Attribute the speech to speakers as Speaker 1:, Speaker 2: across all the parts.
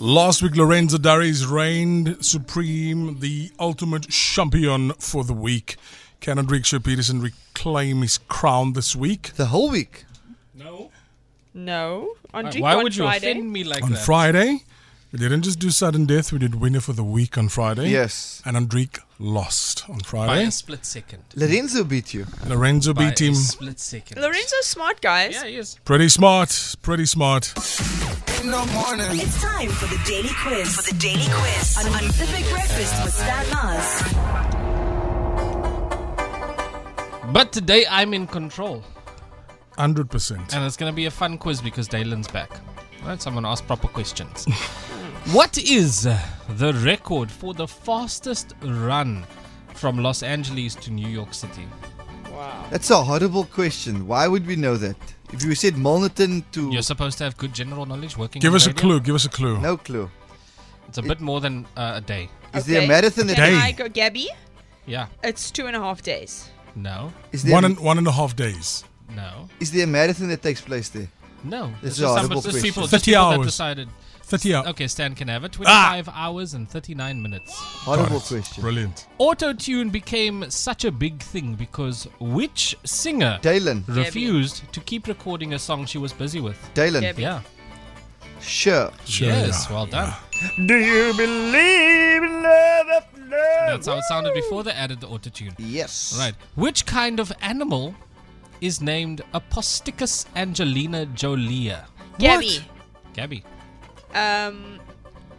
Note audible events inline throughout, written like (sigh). Speaker 1: Last week, Lorenzo Dares reigned supreme, the ultimate champion for the week. Can Andriksha Peterson reclaim his crown this week?
Speaker 2: The whole week.
Speaker 3: No.
Speaker 4: No. On Drink
Speaker 3: Why
Speaker 4: on
Speaker 3: would you
Speaker 4: Friday.
Speaker 3: offend me like
Speaker 1: On
Speaker 3: that?
Speaker 1: Friday, we didn't just do sudden death, we did winner for the week on Friday.
Speaker 2: Yes.
Speaker 1: And Andrik lost on
Speaker 3: By
Speaker 1: Friday.
Speaker 3: a split second.
Speaker 2: Lorenzo beat you.
Speaker 1: Lorenzo
Speaker 3: By
Speaker 1: beat him.
Speaker 3: a split second.
Speaker 4: Lorenzo's smart, guys.
Speaker 3: Yeah, he is.
Speaker 1: Pretty smart, pretty smart.
Speaker 5: It's time for the daily quiz. For the daily quiz on, on the Big Breakfast with Stan Mars.
Speaker 3: But today I'm in control.
Speaker 1: 100%.
Speaker 3: And it's going to be a fun quiz because Dalen's back. Right, so I'm going to ask
Speaker 1: (laughs)
Speaker 3: proper questions. what is the record for the fastest run from Los Angeles to New York City?
Speaker 4: Wow.
Speaker 2: That's a horrible question. Why would we know that? If you said Molniton to.
Speaker 3: You're supposed to have good general knowledge working
Speaker 1: Give
Speaker 3: on
Speaker 1: us a
Speaker 3: radio.
Speaker 1: clue, give us a clue.
Speaker 2: No clue.
Speaker 3: It's a bit more than uh, a day.
Speaker 2: Is
Speaker 4: Okay.
Speaker 2: there a marathon at
Speaker 4: Can
Speaker 1: Day.
Speaker 4: I go, Gabby?
Speaker 3: Yeah.
Speaker 4: It's two and a half days.
Speaker 3: No.
Speaker 2: is there,
Speaker 1: One and, one and a half days.
Speaker 3: No.
Speaker 2: is there a marathon that takes place there?
Speaker 3: No.
Speaker 2: This
Speaker 3: It's
Speaker 2: is
Speaker 3: just
Speaker 2: a
Speaker 3: some-
Speaker 2: horrible
Speaker 3: it's just
Speaker 2: question.
Speaker 3: people, just
Speaker 1: 30
Speaker 3: people that
Speaker 1: hours.
Speaker 3: decided.
Speaker 1: 30 hours.
Speaker 3: Okay, Stan can
Speaker 2: Ah!
Speaker 3: have it. 25 hours and 39 minutes.
Speaker 2: Horrible question.
Speaker 1: Brilliant.
Speaker 3: Autotune became such a big thing because which singer
Speaker 2: Dylan.
Speaker 3: refused to keep recording a song she was busy with?
Speaker 2: Dylan.
Speaker 4: Gabby.
Speaker 3: Yeah.
Speaker 2: Sure.
Speaker 1: Sure,
Speaker 3: yes,
Speaker 1: yeah.
Speaker 3: well done.
Speaker 2: Do you believe in love after love?
Speaker 3: That's how it sounded before they added the autotune.
Speaker 2: Yes.
Speaker 3: Right. Which kind of animal is named Aposticus angelina jolia?
Speaker 4: Gabby.
Speaker 3: Gabby.
Speaker 4: Um,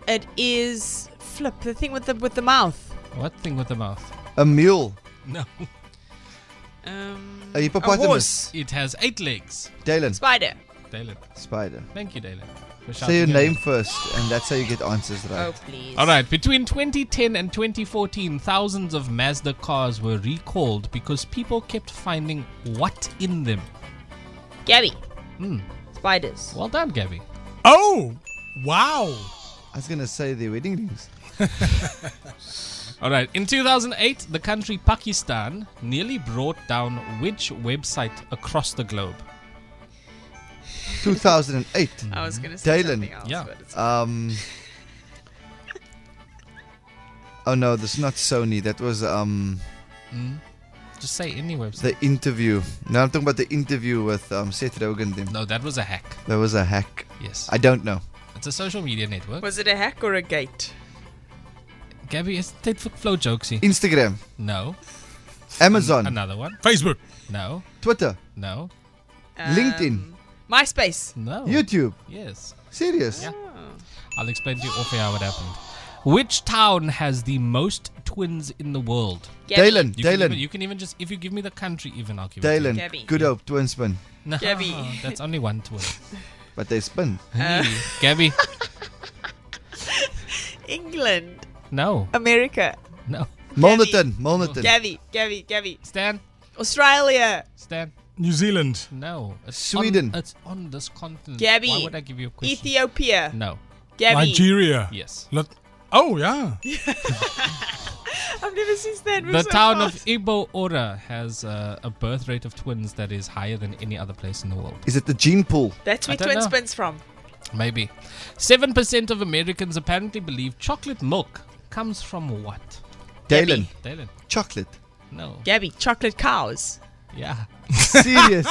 Speaker 4: it is flip the thing with the with the mouth.
Speaker 3: What thing with the mouth?
Speaker 2: A mule.
Speaker 3: No.
Speaker 4: Um,
Speaker 2: A hippopotamus.
Speaker 4: horse.
Speaker 3: It has eight legs.
Speaker 2: Dylan.
Speaker 4: Spider.
Speaker 3: Dalen.
Speaker 2: Spider.
Speaker 3: Thank you, Dalen. for
Speaker 2: Say your
Speaker 3: shouting it
Speaker 2: name
Speaker 3: out.
Speaker 2: first, and that's how you get answers right.
Speaker 4: Oh please.
Speaker 3: All right, between 2010 and 2014, thousands of Mazda cars were recalled because people kept finding what in them.
Speaker 4: Gabby.
Speaker 3: Hmm.
Speaker 4: Spiders.
Speaker 3: Well done, Gabby.
Speaker 1: Oh, wow.
Speaker 4: Oh.
Speaker 2: I was gonna say the wedding rings.
Speaker 3: All right, in 2008, the country Pakistan nearly brought down which website across the globe?
Speaker 2: 2008.
Speaker 4: I was gonna say
Speaker 2: Dylan.
Speaker 4: something else,
Speaker 3: Yeah.
Speaker 4: but it's- (laughs)
Speaker 2: Um. Oh no, that's not Sony. That was um
Speaker 3: Just say any website.
Speaker 2: the interview. No, I'm talking about the interview with um Seth Rogen. Then
Speaker 3: No, that was a hack.
Speaker 2: there was a hack.
Speaker 3: Yes.
Speaker 2: I don't know.
Speaker 3: It's a social media network.
Speaker 4: was it a hack or a gate?
Speaker 3: Gabby, is it flow jokesy?
Speaker 2: Instagram,
Speaker 3: No.
Speaker 2: Amazon,
Speaker 3: Another one?
Speaker 1: Facebook.
Speaker 3: No.
Speaker 2: Twitter,
Speaker 3: No.
Speaker 4: Um,
Speaker 2: LinkedIn.
Speaker 4: Uh, oh. MySpace.
Speaker 3: No.
Speaker 2: YouTube.
Speaker 3: Yes.
Speaker 2: Serious?
Speaker 3: Yeah. I'll explain to you off air what happened. Which town has the most twins in the world?
Speaker 4: Gabby.
Speaker 2: Dylan,
Speaker 3: You Can even,
Speaker 2: Dylan,
Speaker 3: you can even just if you give me the country, even I'll give it. to you.
Speaker 2: Dylan.
Speaker 4: Gabby.
Speaker 2: Good hope, twin spin,
Speaker 3: No,
Speaker 4: Gabby.
Speaker 3: that's only one twin.
Speaker 2: but they spin.
Speaker 3: Gabby,
Speaker 4: England.
Speaker 3: no,
Speaker 4: America.
Speaker 3: no.
Speaker 2: Molniton, Molniton.
Speaker 4: Gabby. Gabby. Gabby.
Speaker 3: Stan,
Speaker 4: Australia.
Speaker 3: Stan,
Speaker 1: New Zealand.
Speaker 3: no. It's
Speaker 2: Sweden.
Speaker 3: On, it's on this continent.
Speaker 4: Gabby.
Speaker 3: Why would I give you a question?
Speaker 4: Ethiopia.
Speaker 3: No.
Speaker 4: Gabby.
Speaker 1: Nigeria.
Speaker 3: Yes.
Speaker 1: Lat- oh, yeah.
Speaker 4: I've never seen that.
Speaker 3: The town of Ibo Ora has uh, a birth rate of twins that is higher than any other place in the world.
Speaker 2: Is it the gene pool?
Speaker 4: That's
Speaker 3: I
Speaker 4: where
Speaker 3: don't
Speaker 4: Twin
Speaker 3: know.
Speaker 4: Spins from.
Speaker 3: Maybe. 7% of Americans apparently believe chocolate milk comes from what?
Speaker 2: Dylan,
Speaker 3: Dylan,
Speaker 2: chocolate.
Speaker 3: no.
Speaker 4: Gabby. Chocolate cows.
Speaker 3: Yeah.
Speaker 4: (laughs)
Speaker 2: Serious?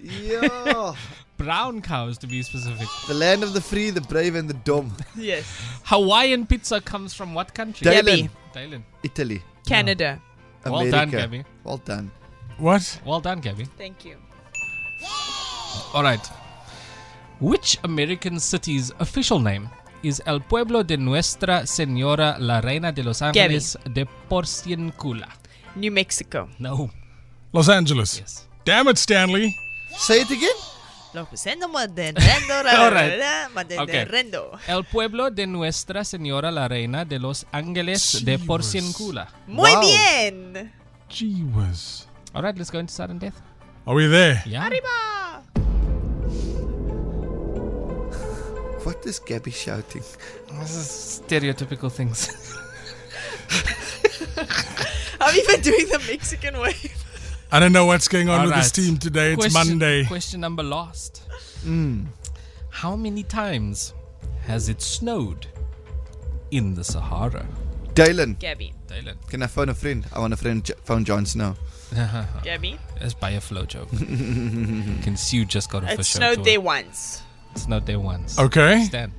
Speaker 2: yeah.
Speaker 3: Brown cows, to be specific.
Speaker 2: The land of the free, the brave, and the dumb.
Speaker 4: Yes.
Speaker 3: Hawaiian pizza comes from what country?
Speaker 2: Dylan.
Speaker 4: Gabby.
Speaker 3: Dylan.
Speaker 2: Italy.
Speaker 4: Canada.
Speaker 2: America.
Speaker 3: Well done, Gabby.
Speaker 2: Well done.
Speaker 1: What?
Speaker 3: Well done, Gabby.
Speaker 4: Thank you.
Speaker 3: All right. Which American city's official name is El Pueblo de Nuestra Señora la Reina de Los Ángeles de Porciúncula?
Speaker 4: New Mexico.
Speaker 3: No.
Speaker 1: Los Angeles.
Speaker 3: Yes.
Speaker 1: Damn it, Stanley.
Speaker 2: Say it again.
Speaker 3: All (laughs)
Speaker 4: All
Speaker 3: right. Okay.
Speaker 4: Rendo.
Speaker 3: El Pueblo de Nuestra Señora la Reina de Los Ángeles de
Speaker 1: Jeebus.
Speaker 3: Porciúncula.
Speaker 4: Muy
Speaker 2: Wow.
Speaker 4: bien.
Speaker 1: Gee whiz.
Speaker 3: All right, let's go into sudden death.
Speaker 1: Are we there?
Speaker 3: Yeah.
Speaker 4: Ah.
Speaker 2: What is Gabby shouting?
Speaker 3: This is stereotypical things. (laughs)
Speaker 4: I'm even doing the Mexican wave.
Speaker 1: I don't know what's going on
Speaker 3: All
Speaker 1: with this
Speaker 3: right.
Speaker 1: team today. It's
Speaker 3: question,
Speaker 1: Monday.
Speaker 4: Hmm.
Speaker 3: Question number last. How many times has it snowed in the Sahara?
Speaker 2: Dylan,
Speaker 4: Gabby.
Speaker 3: Dylan.
Speaker 2: can I phone a friend? I want a friend. J- phone Jon Snow.
Speaker 3: Uh,
Speaker 4: Gabby.
Speaker 3: Let's buy a flow
Speaker 4: (laughs)
Speaker 3: joke. Can Sue just got a
Speaker 4: It
Speaker 3: fish
Speaker 4: snowed there once.
Speaker 3: It's not there once.
Speaker 1: Okay.
Speaker 3: Stan.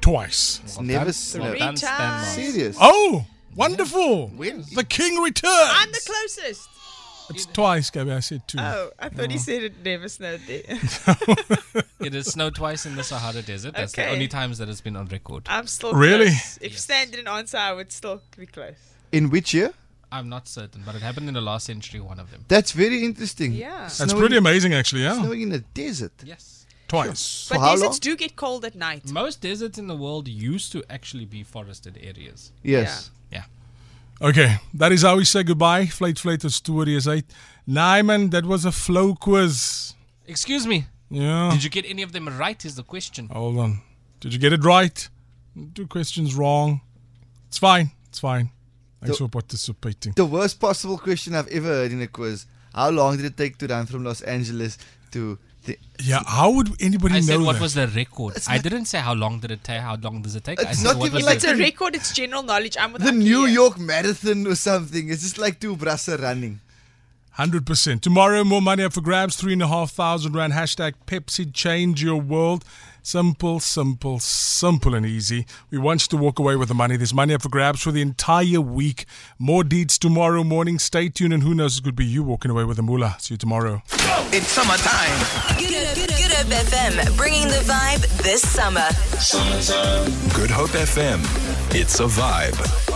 Speaker 1: Twice.
Speaker 2: It's
Speaker 3: Well
Speaker 2: never
Speaker 3: done.
Speaker 2: snowed.
Speaker 4: Three
Speaker 3: done, Stan
Speaker 4: times.
Speaker 3: Mars.
Speaker 2: Serious?
Speaker 1: Oh, wonderful.
Speaker 2: When?
Speaker 1: The king returns.
Speaker 4: I'm the closest.
Speaker 1: it's twice, Gabby. I said two.
Speaker 4: Oh, I thought
Speaker 3: Mm.
Speaker 4: he said it never snowed
Speaker 3: (laughs)
Speaker 4: there.
Speaker 3: It has snowed twice in the Sahara Desert. That's the
Speaker 4: Okay.
Speaker 3: only times that it's been on record.
Speaker 4: I'm still
Speaker 1: Really?
Speaker 4: close. If Stan didn't answer, I would still be close.
Speaker 2: In which year?
Speaker 3: I'm not certain, but it happened in the last century, one of them.
Speaker 2: That's very interesting.
Speaker 4: Yeah.
Speaker 1: That's
Speaker 2: Snowing-
Speaker 1: pretty amazing, actually. Yeah,
Speaker 2: Snowing in the desert.
Speaker 3: Yes.
Speaker 1: twice.
Speaker 2: For
Speaker 4: But
Speaker 2: how
Speaker 4: deserts
Speaker 2: long?
Speaker 4: do get cold at night.
Speaker 3: Most deserts in the world used to actually be forested areas.
Speaker 2: Yes.
Speaker 3: Yeah.
Speaker 1: Okay, that is how we say goodbye. Flight Flaters to Warriors Eight. Nyman, that was a flow quiz.
Speaker 3: Excuse me.
Speaker 1: Yeah.
Speaker 3: Did you get any of them right? Is the question.
Speaker 1: Hold on. Did you get it right? Two questions wrong. It's fine. It's fine. Thanks for participating.
Speaker 2: The worst possible question I've ever heard in a quiz. How long did it take to run from Los Angeles to the?
Speaker 1: Yeah, how would anybody
Speaker 3: I
Speaker 1: know
Speaker 3: said, what
Speaker 1: that?
Speaker 3: was the record? I didn't say how long did it take. How long does it take? I
Speaker 2: It's
Speaker 3: said,
Speaker 2: not
Speaker 3: what
Speaker 2: even
Speaker 3: was
Speaker 2: like
Speaker 4: It's
Speaker 3: the-
Speaker 4: a record, it's general knowledge. I'm with
Speaker 2: The
Speaker 4: Aki
Speaker 2: New
Speaker 4: here.
Speaker 2: York Marathon or something. It's just like two brasser running.
Speaker 1: 100%. Tomorrow, more money up for grabs. 3,500 Rand. Hashtag Pepsi change your world. Simple, simple, simple and easy. We want you to walk away with the money. There's money up for grabs for the entire week. More deeds tomorrow morning. Stay tuned, and who knows, it could be you walking away with the moolah. See you tomorrow.
Speaker 6: It's summertime.
Speaker 5: Good, good, good Hope FM, bringing the vibe this summer.
Speaker 6: Good Hope FM. It's a vibe.